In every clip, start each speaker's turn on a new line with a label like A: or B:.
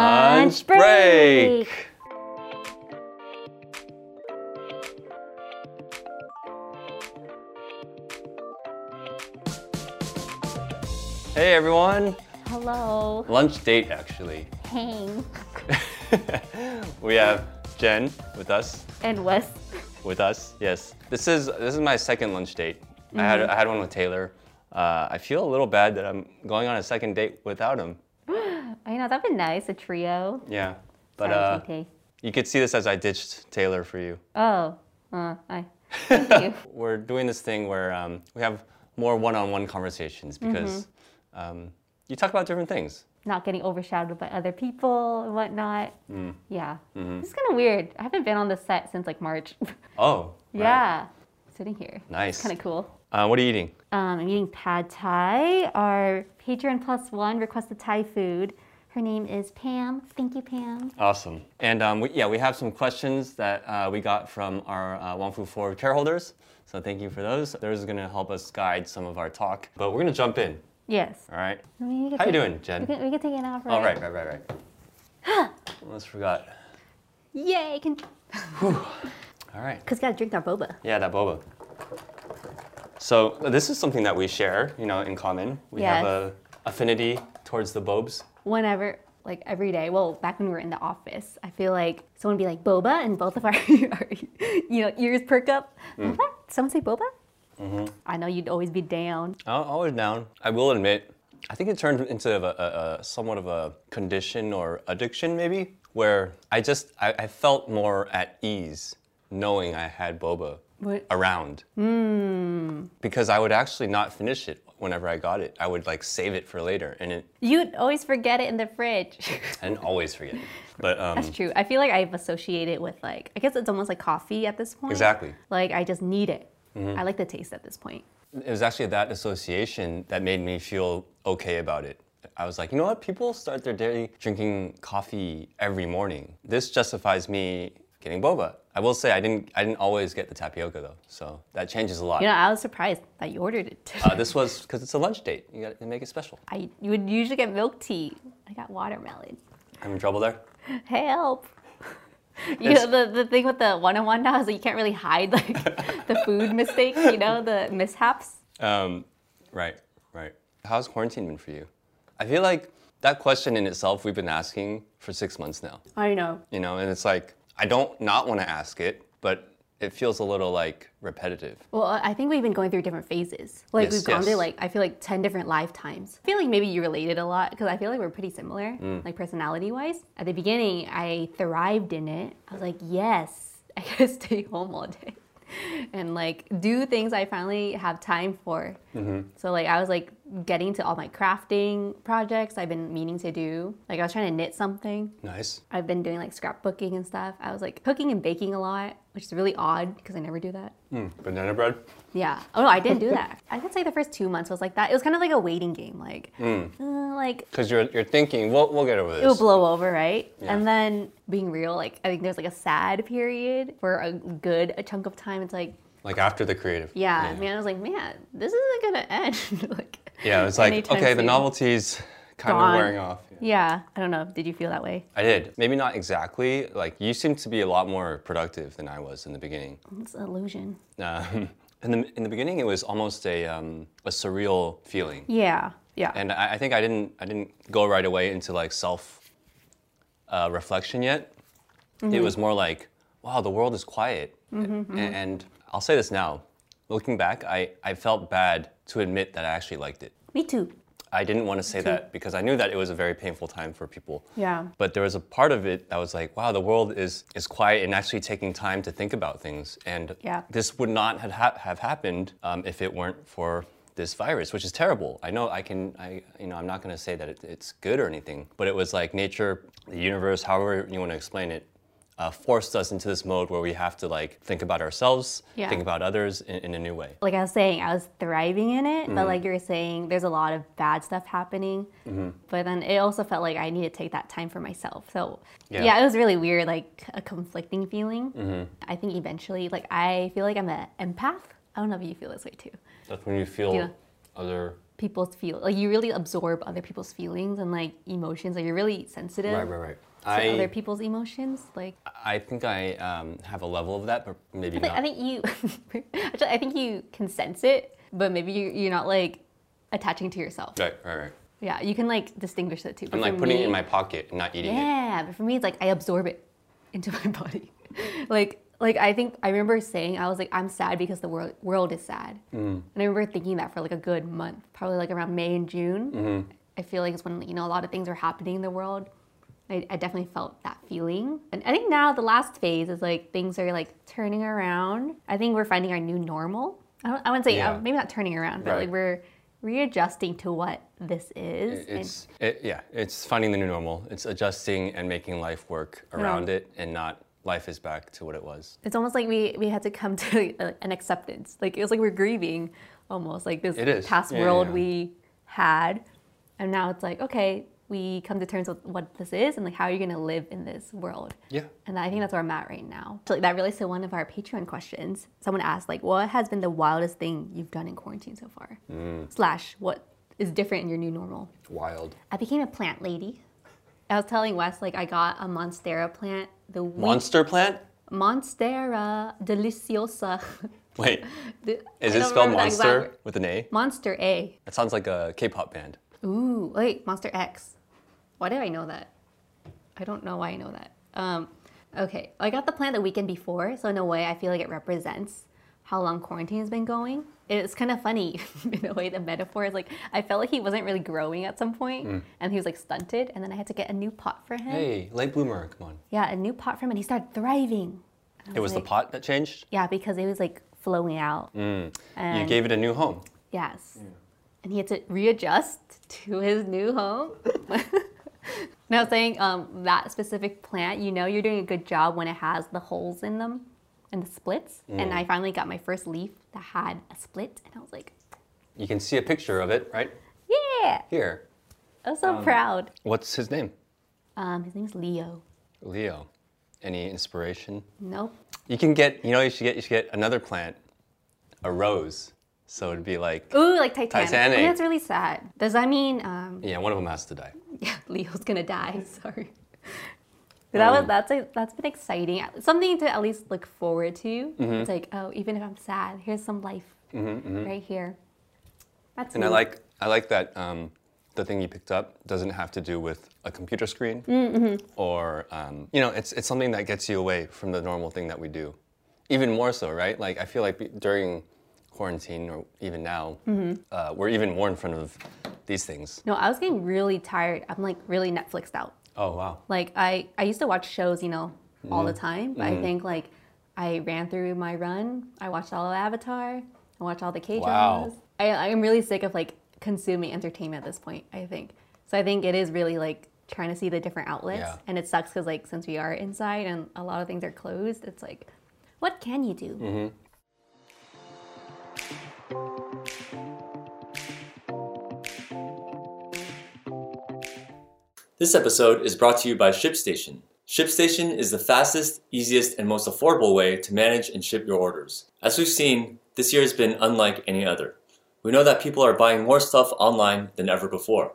A: Lunch break. Hey everyone.
B: Hello.
A: Lunch date actually.
B: Hang.
A: we have Jen with us.
B: And Wes.
A: With us, yes. This is this is my second lunch date. I had I had one with Taylor. Uh, I feel a little bad that I'm going on a second date without him.
B: I know, that'd be nice, a trio.
A: Yeah, but uh,
B: Sounds okay.
A: you could see this as I ditched Taylor for you.
B: Oh, uh, I. Thank you.
A: We're doing this thing where um, we have more one-on-one conversations because um, you talk about different things.
B: Not getting overshadowed by other people and whatnot.
A: Mm.
B: Yeah. It's kind of weird. I haven't been on this set since like March.
A: Oh, Mm-hmm. right.
B: yeah. Sitting here.
A: Nice.
B: It's kind of cool.
A: Uh, what are you eating?
B: Um, I'm eating pad thai. Our patron plus one requested Thai food. Her name is Pam. Thank you, Pam.
A: Awesome. And um, we, yeah, we have some questions that uh, we got from our uh, Wangfu Forward care holders. So thank you for those. Those are going to help us guide some of our talk. But we're going to jump in.
B: Yes.
A: All right.
B: I mean, we could
A: How you
B: take-
A: doing, Jen?
B: We can, we can take it off, right?
A: All right, right, right, right. Almost forgot.
B: Yay! Can
A: All right.
B: Cause gotta drink that boba.
A: Yeah, that boba. So this is something that we share, you know, in common. We have
B: Yes.
A: a affinity towards the bobs.
B: Whenever, like every day. Well, back when we were in the office, I feel like someone would be like boba, and both of our, our you know, ears perk up.
A: Hmm.
B: What? Someone say boba?
A: Mm-hmm.
B: I know you'd always be down.
A: Al- Always down. I will admit, I think it turned into a, a, a somewhat of a condition or addiction, maybe, where I just I, I felt more at ease knowing I had boba
B: What? Hmm.
A: around because I would actually not finish it whenever I got it. I would like save it for later, and it
B: You'd always forget it in the fridge.
A: I didn't always forget. it. But um,
B: That's true. I feel like I've associated it with like I guess it's almost like coffee at this point.
A: Exactly. Mm-hmm.
B: Like I just need it. I like the taste at this point.
A: it was actually that association that made me feel okay about it. I was like, you know what? People start their day drinking coffee every morning. This justifies me getting boba. I will say I didn't. I didn't always get the tapioca though, so that changes a lot.
B: You know, I was surprised that you ordered it.
A: Uh, this was because it's a lunch date. You got to make it special.
B: I you would usually get milk tea. I got watermelon.
A: I'm in trouble there.
B: help. You know, the, the thing with the one-on-one now is that you can't really hide like the food mistakes, you know, the mishaps.
A: Um, right, right. How's quarantine been for you? I feel like that question in itself we've been asking for six months now.
B: I know.
A: you know and it's like i don't not want to ask it but it feels a little like repetitive
B: Well, I think we've been going through different phases. Like
A: Yes,
B: we've gone through
A: yes.
B: like I feel like 10 different lifetimes. I feel like maybe you related a lot because I feel like we're pretty similar,
A: Mm.
B: like personality-wise. At the beginning, I thrived in it. I was like, "Yes, I got to stay home all day." And like do things I finally have time for.
A: Mm-hmm.
B: So like I was like getting to all my crafting projects I've been meaning to do. Like I was trying to knit something.
A: nice
B: I've been doing like scrapbooking and stuff. I was like cooking and baking a lot, which is really odd because I never do that.
A: banana bread
B: Yeah. Oh no, I didn't do that. I could say the first two months was like that. It was kind of like a waiting game. Like,
A: Hmm.
B: uh, like
A: because you're, you're thinking we'll, we'll get over this
B: it would blow over, right?
A: Yeah.
B: And then being real, like I think there's like a sad period for a good a chunk of time. It's like,
A: like after the creative
B: yeah,
A: yeah,
B: man. I was like, man, this isn't gonna end. like,
A: Yeah, it's like
B: anytime
A: okay the
B: soon.
A: novelty's kind
B: Gone.
A: of wearing off
B: Yeah. I don't know. Did you feel that way?
A: i did maybe not exactly like you seem to be a lot more productive than i was in the beginning
B: It's an illusion.
A: um, in, the, in the beginning it was almost a, um, a surreal feeling
B: Yeah. Yeah.
A: and I, I think I didn't I didn't go right away into like self uh, reflection yet. It was more like, wow, the world is quiet. A- And, I'll say this now, looking back, I, I felt bad to admit that I actually liked it.
B: Me too.
A: I didn't want to say that because I knew that it was a very painful time for people.
B: Yeah.
A: But there was a part of it that was like, wow, the world is is quiet and actually taking time to think about things. And
B: Yeah.
A: this would not have, ha- have happened um, if it weren't for this virus, which is terrible. I know I can, I you know, I'm not going to say that it, it's good or anything, but it was like nature, the universe, however you want to explain it. Uh, forced us into this mode where we have to like think about ourselves,
B: Yeah.
A: think about others in, in a new way.
B: like I was saying, I was thriving in it,
A: Mm-hmm.
B: but like you were saying, there's a lot of bad stuff happening.
A: Mm-hmm.
B: But then it also felt like I need to take that time for myself. So
A: Yeah. Mm-hmm.
B: yeah, it was really weird, like a conflicting feeling. I think eventually, like I feel like I'm an empath. I don't know if you feel this way too.
A: That's when you feel
B: Yeah.
A: other
B: people's feel like you really absorb other people's feelings and like emotions like you're really sensitive
A: Right, right, right.
B: to
A: I,
B: other people's emotions like
A: I think I um, have a level of that, but maybe
B: But
A: not.
B: I think you, actually, I think you can sense it, but maybe you, you're not like attaching to yourself.
A: right, right, right.
B: Yeah, you can like distinguish the two.
A: I'm like putting it in my pocket and not eating it.
B: Yeah, but for me, it's like I absorb it into my body. like, like I think I remember saying I was like I'm sad because the world world is sad,
A: Mm.
B: and I remember thinking that for like a good month, probably like around May and June.
A: Mm-hmm.
B: I feel like it's when you know a lot of things are happening in the world. I, I definitely felt that feeling, and I think now the last phase is like things are like turning around. I think we're finding our new normal. I don't. I wouldn't say
A: Yeah.
B: uh, maybe not turning around, but
A: Right.
B: like we're readjusting to what this is. and-
A: It's it, yeah, it's finding the new normal. It's adjusting and making life work around it, and not life is back to what it was.
B: it's almost like we we had to come to uh, an acceptance. Like it was like we're grieving, almost like this
A: It is.
B: past
A: Yeah, yeah,
B: world
A: yeah.
B: we had, and now it's like okay, we come to terms with what this is and like how you're gonna live in this world.
A: Yeah.
B: And I think that's where I'm at right now. So like, that relates to one of our Patreon questions. Someone asked like, what has been the wildest thing you've done in quarantine so far?
A: Mm.
B: Slash, what is different in your new normal?
A: Wild.
B: I became a plant lady. I was telling Wes like I got a monstera plant the week
A: Monster plant?
B: Monstera deliciosa.
A: Wait,
B: The-
A: is
B: I
A: it
B: don't
A: spelled
B: remember the exact
A: monster
B: word.
A: with an A?
B: Monster A.
A: That sounds like a K-pop band.
B: Ooh, wait, Monster X. Why did I know that? I don't know why I know that. Um, okay, I got the plant the weekend before, so in a way, I feel like it represents how long quarantine has been going. It's kind of funny in a way. The metaphor is like I felt like he wasn't really growing at some point, and he was like stunted, and then I had to get a new pot for him.
A: Hmm. Hey, late bloomer, come on.
B: Yeah, a new pot for him, and he started thriving. I
A: It was the
B: like-
A: pot that changed.
B: Yeah, because it was like flowing out.
A: Hmm. You
B: And
A: gave it a new home.
B: yes. And he had to readjust to his new home. now saying um, that specific plant, you know you're doing a good job when it has the holes in them and the splits. And I finally got my first leaf that had a split and I was like,
A: You can see a picture of it right
B: Yeah.
A: here.
B: I was so proud.
A: What's his name?
B: Um, his name's Leo.
A: Leo. Any inspiration?
B: Nope.
A: You can get, you know, you should get, you should get another plant, a rose. So it'd be like,
B: Ooh, like Titanic.
A: Titanic.
B: Oh, that's really sad. Does that mean um,
A: yeah, one of them has to die.
B: yeah, Leo's gonna die. Sorry. But
A: Oh,
B: that was that's a, that's been exciting. Something to at least look forward to.
A: Mm-hmm.
B: It's like oh, even if I'm sad, here's some life right here. That's
A: And I
B: me.
A: like, I like that um, the thing you picked up doesn't have to do with a computer screen or, um, you know, it's it's something that gets you away from the normal thing that we do, even more so, right? Like I feel like be- during quarantine or even now, uh, we're even more in front of these things.
B: No, I was getting really tired. I'm like really Netflixed out.
A: Oh wow.
B: Like I I used to watch shows, you know, all
A: Mm-hmm.
B: the time. But I think like I ran through my run. I watched all of Avatar. I watched all the K
A: Wow.
B: dramas. I I'm really sick of like consuming entertainment at this point. I think so. I think it is really like trying to see the different outlets,
A: Yeah.
B: and it sucks because like since we are inside and a lot of things are closed, it's like, what can you do?
A: Mm-hmm.
C: This episode is brought to you by ShipStation. ShipStation is the fastest, easiest, and most affordable way to manage and ship your orders. As we've seen, this year has been unlike any other. We know that people are buying more stuff online than ever before.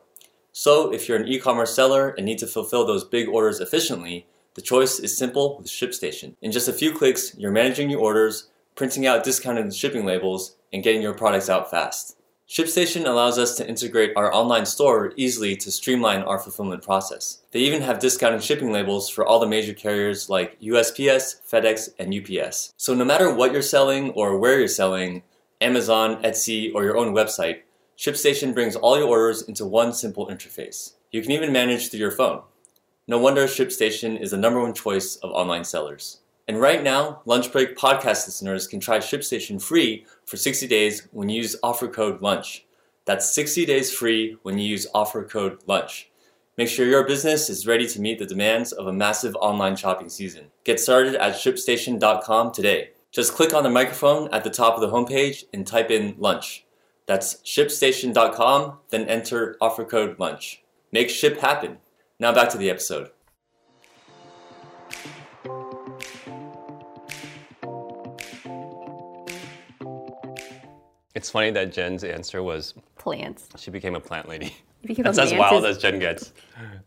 C: So, if you're an e commerce seller and need to fulfill those big orders efficiently, the choice is simple with ShipStation. In just a few clicks, you're managing your orders, printing out discounted shipping labels, and getting your products out fast. ShipStation allows us to integrate our online store easily to streamline our fulfillment process. They even have discounted shipping labels for all the major carriers like USPS, FedEx, and UPS. So no matter what you're selling or where you're selling, Amazon, Etsy, or your own website, ShipStation brings all your orders into one simple interface. You can even manage through your phone. No wonder ShipStation is the number one choice of online sellers. And right now, Lunch Break podcast listeners can try ShipStation free for 60 days when you use offer code LUNCH. That's 60 days free when you use offer code LUNCH. Make sure your business is ready to meet the demands of a massive online shopping season. Get started at shipstation.com today. Just click on the microphone at the top of the homepage and type in LUNCH. That's shipstation.com, then enter offer code LUNCH. Make ship happen. Now back to the episode.
A: It's It's funny that Jen's answer was
B: Plants.
A: she became a plant lady.
B: You became a
A: That's as
B: plant
A: wild
B: is-
A: as Jen gets.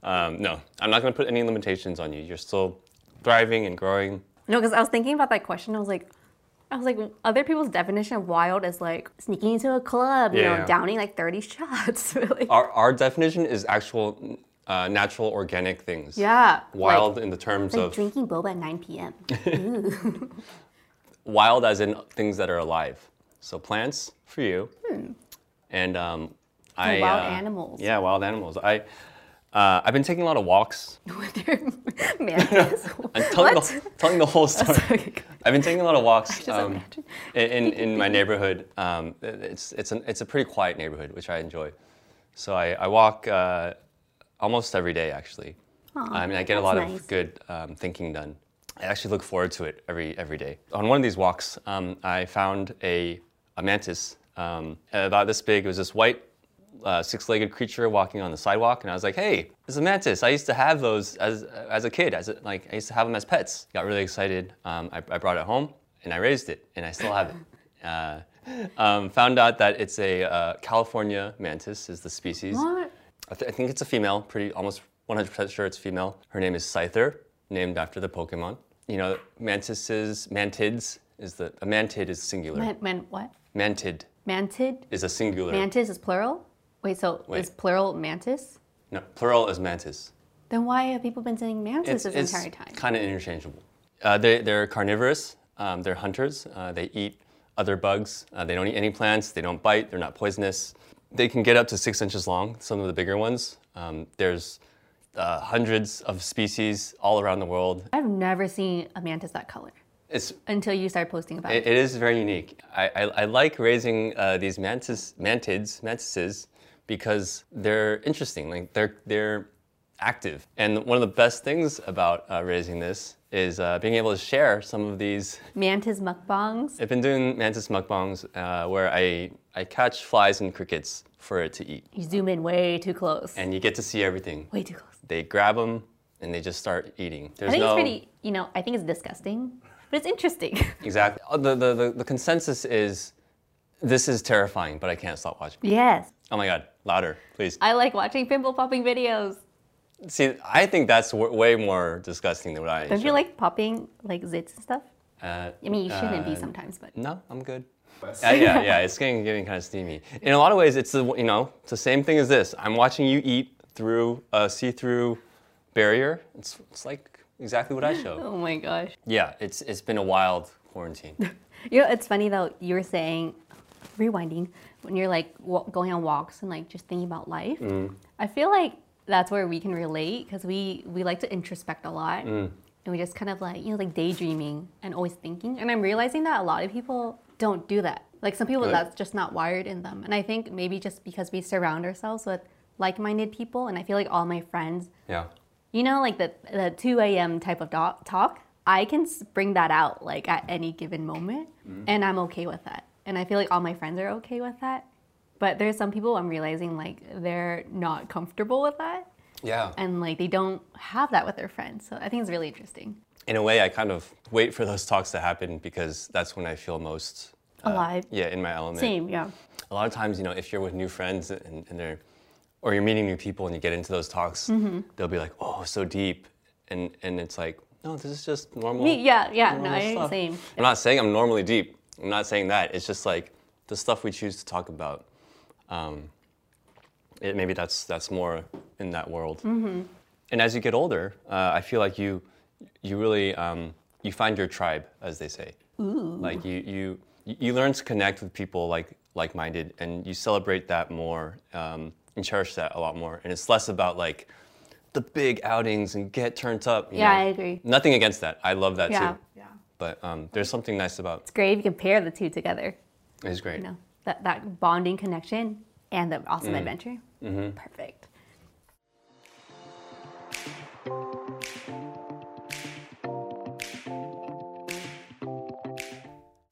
A: Um, no, I'm not going to put any limitations on you. You're still thriving and growing.
B: No, because I was thinking about that question. I was like, I was like, other people's definition of wild is like sneaking into a club, you
A: Yeah.
B: know, downing like 30 shots, really.
A: Our, our definition is actual uh, natural organic things.
B: yeah.
A: Wild
B: Like,
A: in the terms
B: like
A: of
B: drinking boba at 9 p.m.
A: wild as in things that are alive. So plants for you, and um, I
B: Hmm. Oh, wild
A: uh,
B: animals.
A: Yeah, wild animals. I uh, I've been taking a lot of walks.
B: with their mantis.
A: I'm telling,
B: what?
A: The, telling the whole story.
B: Sorry.
A: I've been taking a lot of walks
B: just
A: um,
B: imagine.
A: in, in in my neighborhood. Um, it's it's an, it's a pretty quiet neighborhood, which I enjoy. So I I walk uh, almost every day actually. I mean, I get a
B: that's
A: lot
B: nice.
A: of good um, thinking done. I actually look forward to it every every day. On one of these walks, um, I found a a mantis um, about this big. It was this white. Uh, six-legged creature walking on the sidewalk, and I was like, "Hey, it's a mantis! I used to have those as as a kid. As a, like, I used to have them as pets. Got really excited. Um, I, I brought it home, and I raised it, and I still have it. Uh, um, found out that it's a uh, California mantis is the species.
B: What?
A: I, th- I think it's a female. Pretty almost 100% sure it's female. Her name is Scyther, named after the Pokemon. You know, mantises, mantids is the a mantid is singular.
B: Man, man, what?
A: mantid
B: Mantid?
A: is a singular.
B: Mantis is plural? Wait, so is
A: Wait.
B: plural mantis?
A: no, plural is mantis.
B: Then why have people been saying mantis this entire time?
A: kind of interchangeable. Uh, they, they're carnivorous. Um, they're hunters. Uh, they eat other bugs. Uh, they don't eat any plants. They don't bite. They're not poisonous. They can get up to six inches long. Some of the bigger ones. Um, there's uh, hundreds of species all around the world.
B: I've never seen a mantis that color
A: It's
B: until you started posting about
A: it,
B: it.
A: it is very unique. I, I, I like raising uh, these mantis mantids mantises because they're interesting. Like they're they're active. And one of the best things about uh, raising this is uh, being able to share some of these
B: Mantis mukbangs.
A: I've been doing mantis mukbangs uh, where I, I catch flies and crickets for it to eat.
B: You zoom in way too close.
A: And you get to see everything.
B: way too close.
A: They grab them and they just start eating. There's
B: I think
A: no,
B: it's pretty, you know, I think it's disgusting, but it's interesting.
A: Exactly. Uh, The, the, the, the consensus is this is terrifying, but I can't stop watching.
B: yes.
A: Oh my God, louder, please.
B: I like watching pimple popping videos.
A: See, I think that's w- way more disgusting than what I
B: Don't
A: enjoy.
B: you like popping like zits and stuff?
A: Uh,
B: I mean, you shouldn't be sometimes, but
A: No, I'm good. Yeah, yeah, yeah. It's getting getting kind of steamy. In a lot of ways, it's the you know it's the same thing as this. I'm watching you eat through a see-through barrier. It's it's like exactly what I show.
B: oh my gosh.
A: Yeah, it's it's been a wild quarantine.
B: You know, it's funny though. You were saying, rewinding, when you're like wa- going on walks and like just thinking about life. I feel like that's where we can relate because we we like to introspect a lot, and we just kind of like you know like daydreaming and always thinking. And I'm realizing that a lot of people don't do that. Like some people,
A: Right.
B: that's just not wired in them. And I think maybe just because we surround ourselves with like-minded people, and I feel like all my friends
A: Yeah.
B: you know, like the, the 2 a.m. type of doc- talk, I can s- bring that out like at any given moment, and I'm okay with that. And I feel like all my friends are okay with that. But there's some people I'm realizing like they're not comfortable with that,
A: Yeah.
B: and like they don't have that with their friends. So I think it's really interesting.
A: In a way, I kind of wait for those talks to happen because that's when I feel most uh,
B: Alive.
A: Yeah, in my element.
B: Same, yeah.
A: a lot of times, you know, if you're with new friends and, and they're, or you're meeting new people and you get into those talks, they'll be like, oh, so deep. And, and it's like, no, this is just normal.
B: Me- yeah, yeah, no,
A: normal
B: I-
A: stuff."
B: same.
A: I'm not saying I'm normally deep. I'm not saying that. It's just like the stuff we choose to talk about. Um, it, maybe that's, that's more in that world.
B: Mm-hmm.
A: And as you get older, uh, I feel like you, you really, um, you find your tribe, as they say. Like you, you, you learn to connect with people like like-minded, and you celebrate that more um, and cherish that a lot more. And it's less about like the big outings and get turned up. you
B: Yeah,
A: know.
B: I agree.
A: Nothing against that. I love that
B: Yeah.
A: too. But um, there's something nice about
B: It's great if you can pair the two together,
A: it's great.
B: you know, that, that bonding connection and the awesome adventure. Perfect.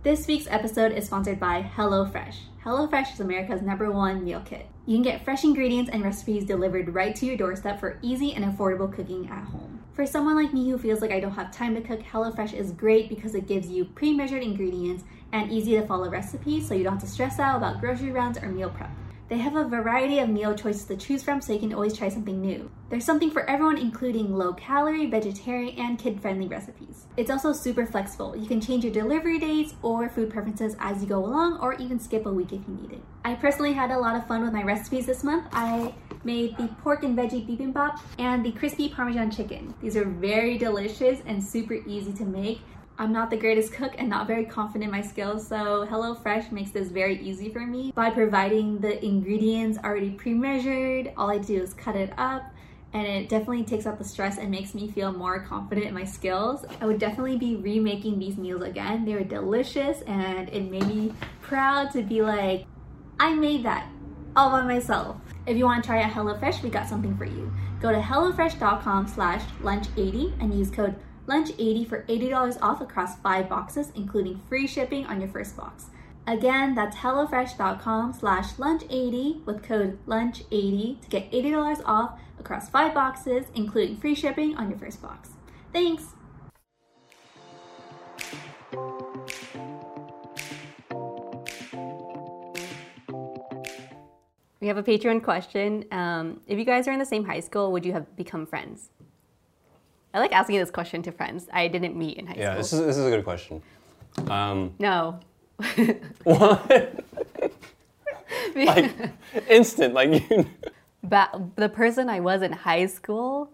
B: This week's episode is sponsored by HelloFresh. HelloFresh is America's number one meal kit. You can get fresh ingredients and recipes delivered right to your doorstep for easy and affordable cooking at home. For someone like me who feels like I don't have time to cook, HelloFresh is great because it gives you pre measured ingredients and easy to follow recipes so you don't have to stress out about grocery rounds or meal prep. They have a variety of meal choices to choose from, so you can always try something new. There's something for everyone, including low calorie, vegetarian, and kid friendly recipes. It's also super flexible. You can change your delivery dates or food preferences as you go along, or even skip a week if you need it. I personally had a lot of fun with my recipes this month. I made the pork and veggie bibimbap and the crispy parmesan chicken. These are very delicious and super easy to make. I'm not the greatest cook and not very confident in my skills, so HelloFresh makes this very easy for me by providing the ingredients already pre measured. All I do is cut it up, and it definitely takes out the stress and makes me feel more confident in my skills. I would definitely be remaking these meals again. They were delicious, and it made me proud to be like, I made that all by myself. If you want to try out HelloFresh, we got something for you. Go to HelloFresh.com slash lunch80 and use code lunch80 for $80 off across five boxes, including free shipping on your first box. Again, that's HelloFresh.com slash lunch80 with code lunch80 to get $80 off across five boxes, including free shipping on your first box. Thanks! We have a Patreon question. Um, if you guys are in the same high school, would you have become friends? I like asking this question to friends I didn't meet in high
A: Yeah,
B: school.
A: this is this is a good question. Um,
B: no.
A: what? like instant, like you.
B: but the person I was in high school,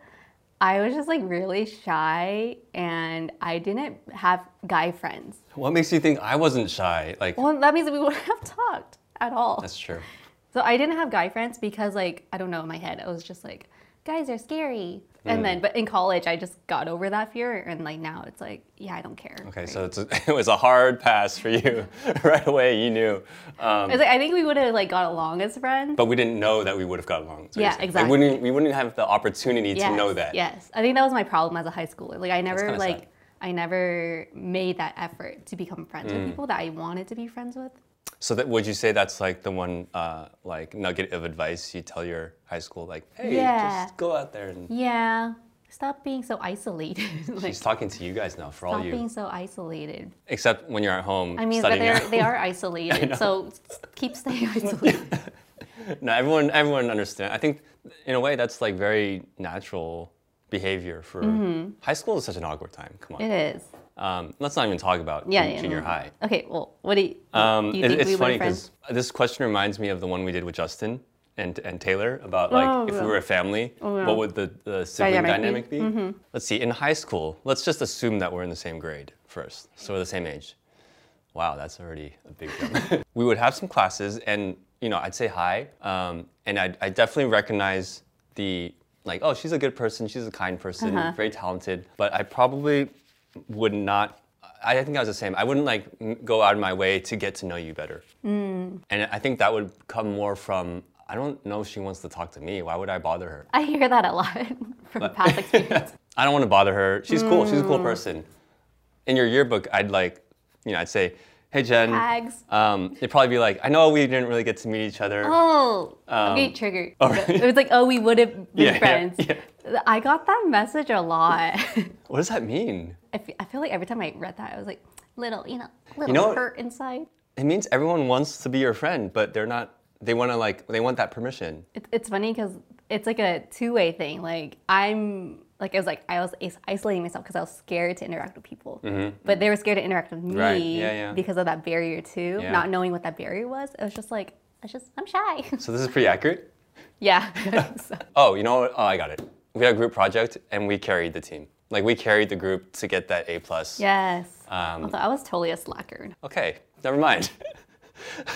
B: I was just like really shy and I didn't have guy friends.
A: What makes you think I wasn't shy? Like
B: Well, that means that we wouldn't have talked at all.
A: that's true.
B: So I didn't have guy friends because like I don't know in my head I was just like guys are scary.
A: Mm.
B: And then but in college I just got over that fear and like now it's like yeah I don't care.
A: Okay, so it's a, it was a hard pass for you right away. You knew, um,
B: It's like I think we would have like got along as friends.
A: but we didn't know that we would have got along. is what you're
B: Yeah,
A: saying. Like,
B: exactly.
A: wouldn't, we wouldn't have the opportunity
B: yes,
A: to know that.
B: Yes. I think that was my problem as a high schooler. Like I never
A: kinda
B: like
A: sad.
B: I never made that effort to become friends
A: Mm.
B: with people that I wanted to be friends with.
A: So that would you say that's like the one uh, like nugget of advice you tell your high school like, hey,
B: Yeah.
A: just go out there and.
B: Yeah. Stop being so isolated. like
A: She's talking to you guys now for all
B: stop
A: you,
B: being so isolated.
A: except when you're at home
B: I mean, but
A: studying.
B: they're,
A: at
B: they
A: home.
B: are isolated.
A: know.
B: So s- keep staying isolated.
A: No, everyone, everyone understands. I think in a way that's like very natural behavior for high school is such an awkward time. Come on,
B: Mm-hmm. It is.
A: um, let's not even talk about
B: Yeah,
A: jun-
B: yeah,
A: junior
B: no.
A: high.
B: Okay, well, what do you,
A: Um,
B: do you
A: it-
B: think
A: it's
B: we
A: funny
B: were friends?
A: this question reminds me of the one we did with Justin and, and Taylor about like
B: Oh,
A: if
B: yeah.
A: we were a family,
B: yeah.
A: what would the, the sibling
B: Dynamic
A: dynamic,
B: be?
A: be? Let's see. In high school, let's just assume that we're in the same grade first, so we're the same age. Wow, that's already a big jump. we would have some classes, and you know, I'd say hi, um, and I'd, I definitely recognize the like, oh, she's a good person, she's a kind person, very talented. But I probably would not. I I think I was the same. I wouldn't like m- go out of my way to get to know you better, and I think that would come more from. I don't know if she wants to talk to me. Why would I bother her?
B: I hear that a lot from past experience. Mm.
A: I don't want to bother her. She's cool. She's a cool person. In your yearbook, I'd like, you know, I'd say, hey, Jen.
B: Tags.
A: Um, they'd probably be like, I know we didn't really get to meet each other.
B: Oh, I'm getting triggered.
A: Um, right.
B: It was like, oh, we would have been
A: Yeah, yeah,
B: friends.
A: yeah.
B: I got that message a lot.
A: What does that mean?
B: I fe- I feel like every time I read that, I was like, little, you know, little
A: know-
B: hurt inside.
A: It means everyone wants to be your friend, but they're not, they want to like, they want that permission.
B: It, it's funny because it's like a two-way thing. Like I'm, like I was like I was is- isolating myself because I was scared to interact with people, but they were scared to interact with me
A: Mm-hmm. Right. Yeah, yeah.
B: because of that barrier too.
A: Yeah.
B: Not knowing what that barrier was, it was just like I was just I'm shy.
A: So this is pretty accurate.
B: yeah. So,
A: Oh, you know what? Oh, I got it. We had a group project and we carried the team. Like we carried the group to get that A plus.
B: yes.
A: Um,
B: Although I was totally a slacker.
A: Okay, never mind.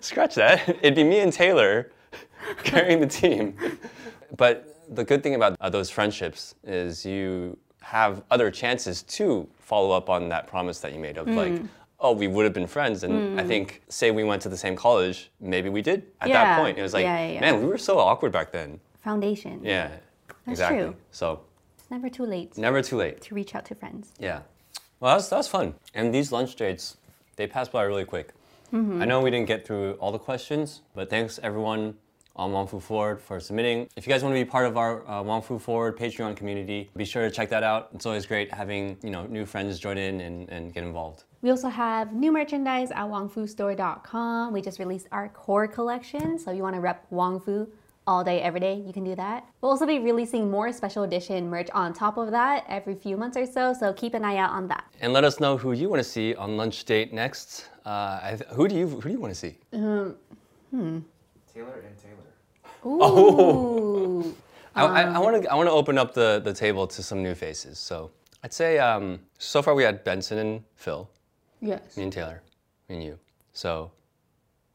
A: Scratch that. It'd be me and Taylor carrying the team. But the good thing about uh, those friendships is you have other chances to follow up on that promise that you made
B: Hmm.
A: of like, oh, we would have been friends. And I think, say we went to the same college, maybe we did at
B: Yeah,
A: that point. It was like,
B: yeah, yeah, yeah.
A: man, we were so awkward back then.
B: Foundation.
A: Yeah,
B: That's
A: exactly.
B: true.
A: So
B: It's never too late
A: never too late.
B: to reach out to friends.
A: Yeah. Well, that was, that was fun. And these lunch dates, They passed by really quick. I know we didn't get through all the questions, but thanks everyone on Wangfu Forward for submitting. If you guys want to be part of our uh, Wangfu Forward Patreon community, be sure to check that out. It's always great having you know new friends join in and, and get involved.
B: We also have new merchandise at wongfustore.com. We just released our core collection, so if you want to rep Wongfu all day, every day, you can do that. We'll also be releasing more special edition merch on top of that every few months or so, so keep an eye out on that.
A: And let us know who you want to see on lunch date next. Uh, I th- who do you who do you want to see?
D: Taylor and Taylor.
B: Ooh.
A: I- I want to I want to open up the, the table to some new faces. So I'd say um, so far we had Benson and Phil,
B: Yes.
A: me and Taylor, me and you. So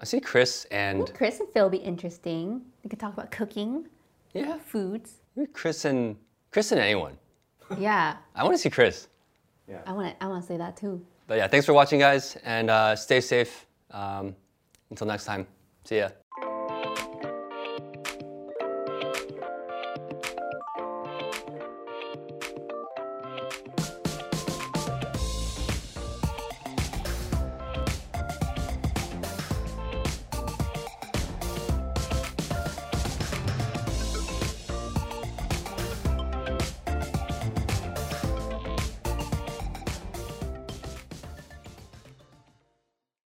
A: I see Chris and
B: Chris and Phil be interesting. We could talk about cooking,
A: yeah,
B: foods.
A: maybe Chris and Chris and anyone.
B: Yeah,
A: I want to see Chris.
B: I want to. I want to say that too.
A: But yeah, thanks for watching, guys, and uh, stay safe. Um, until next time, see ya.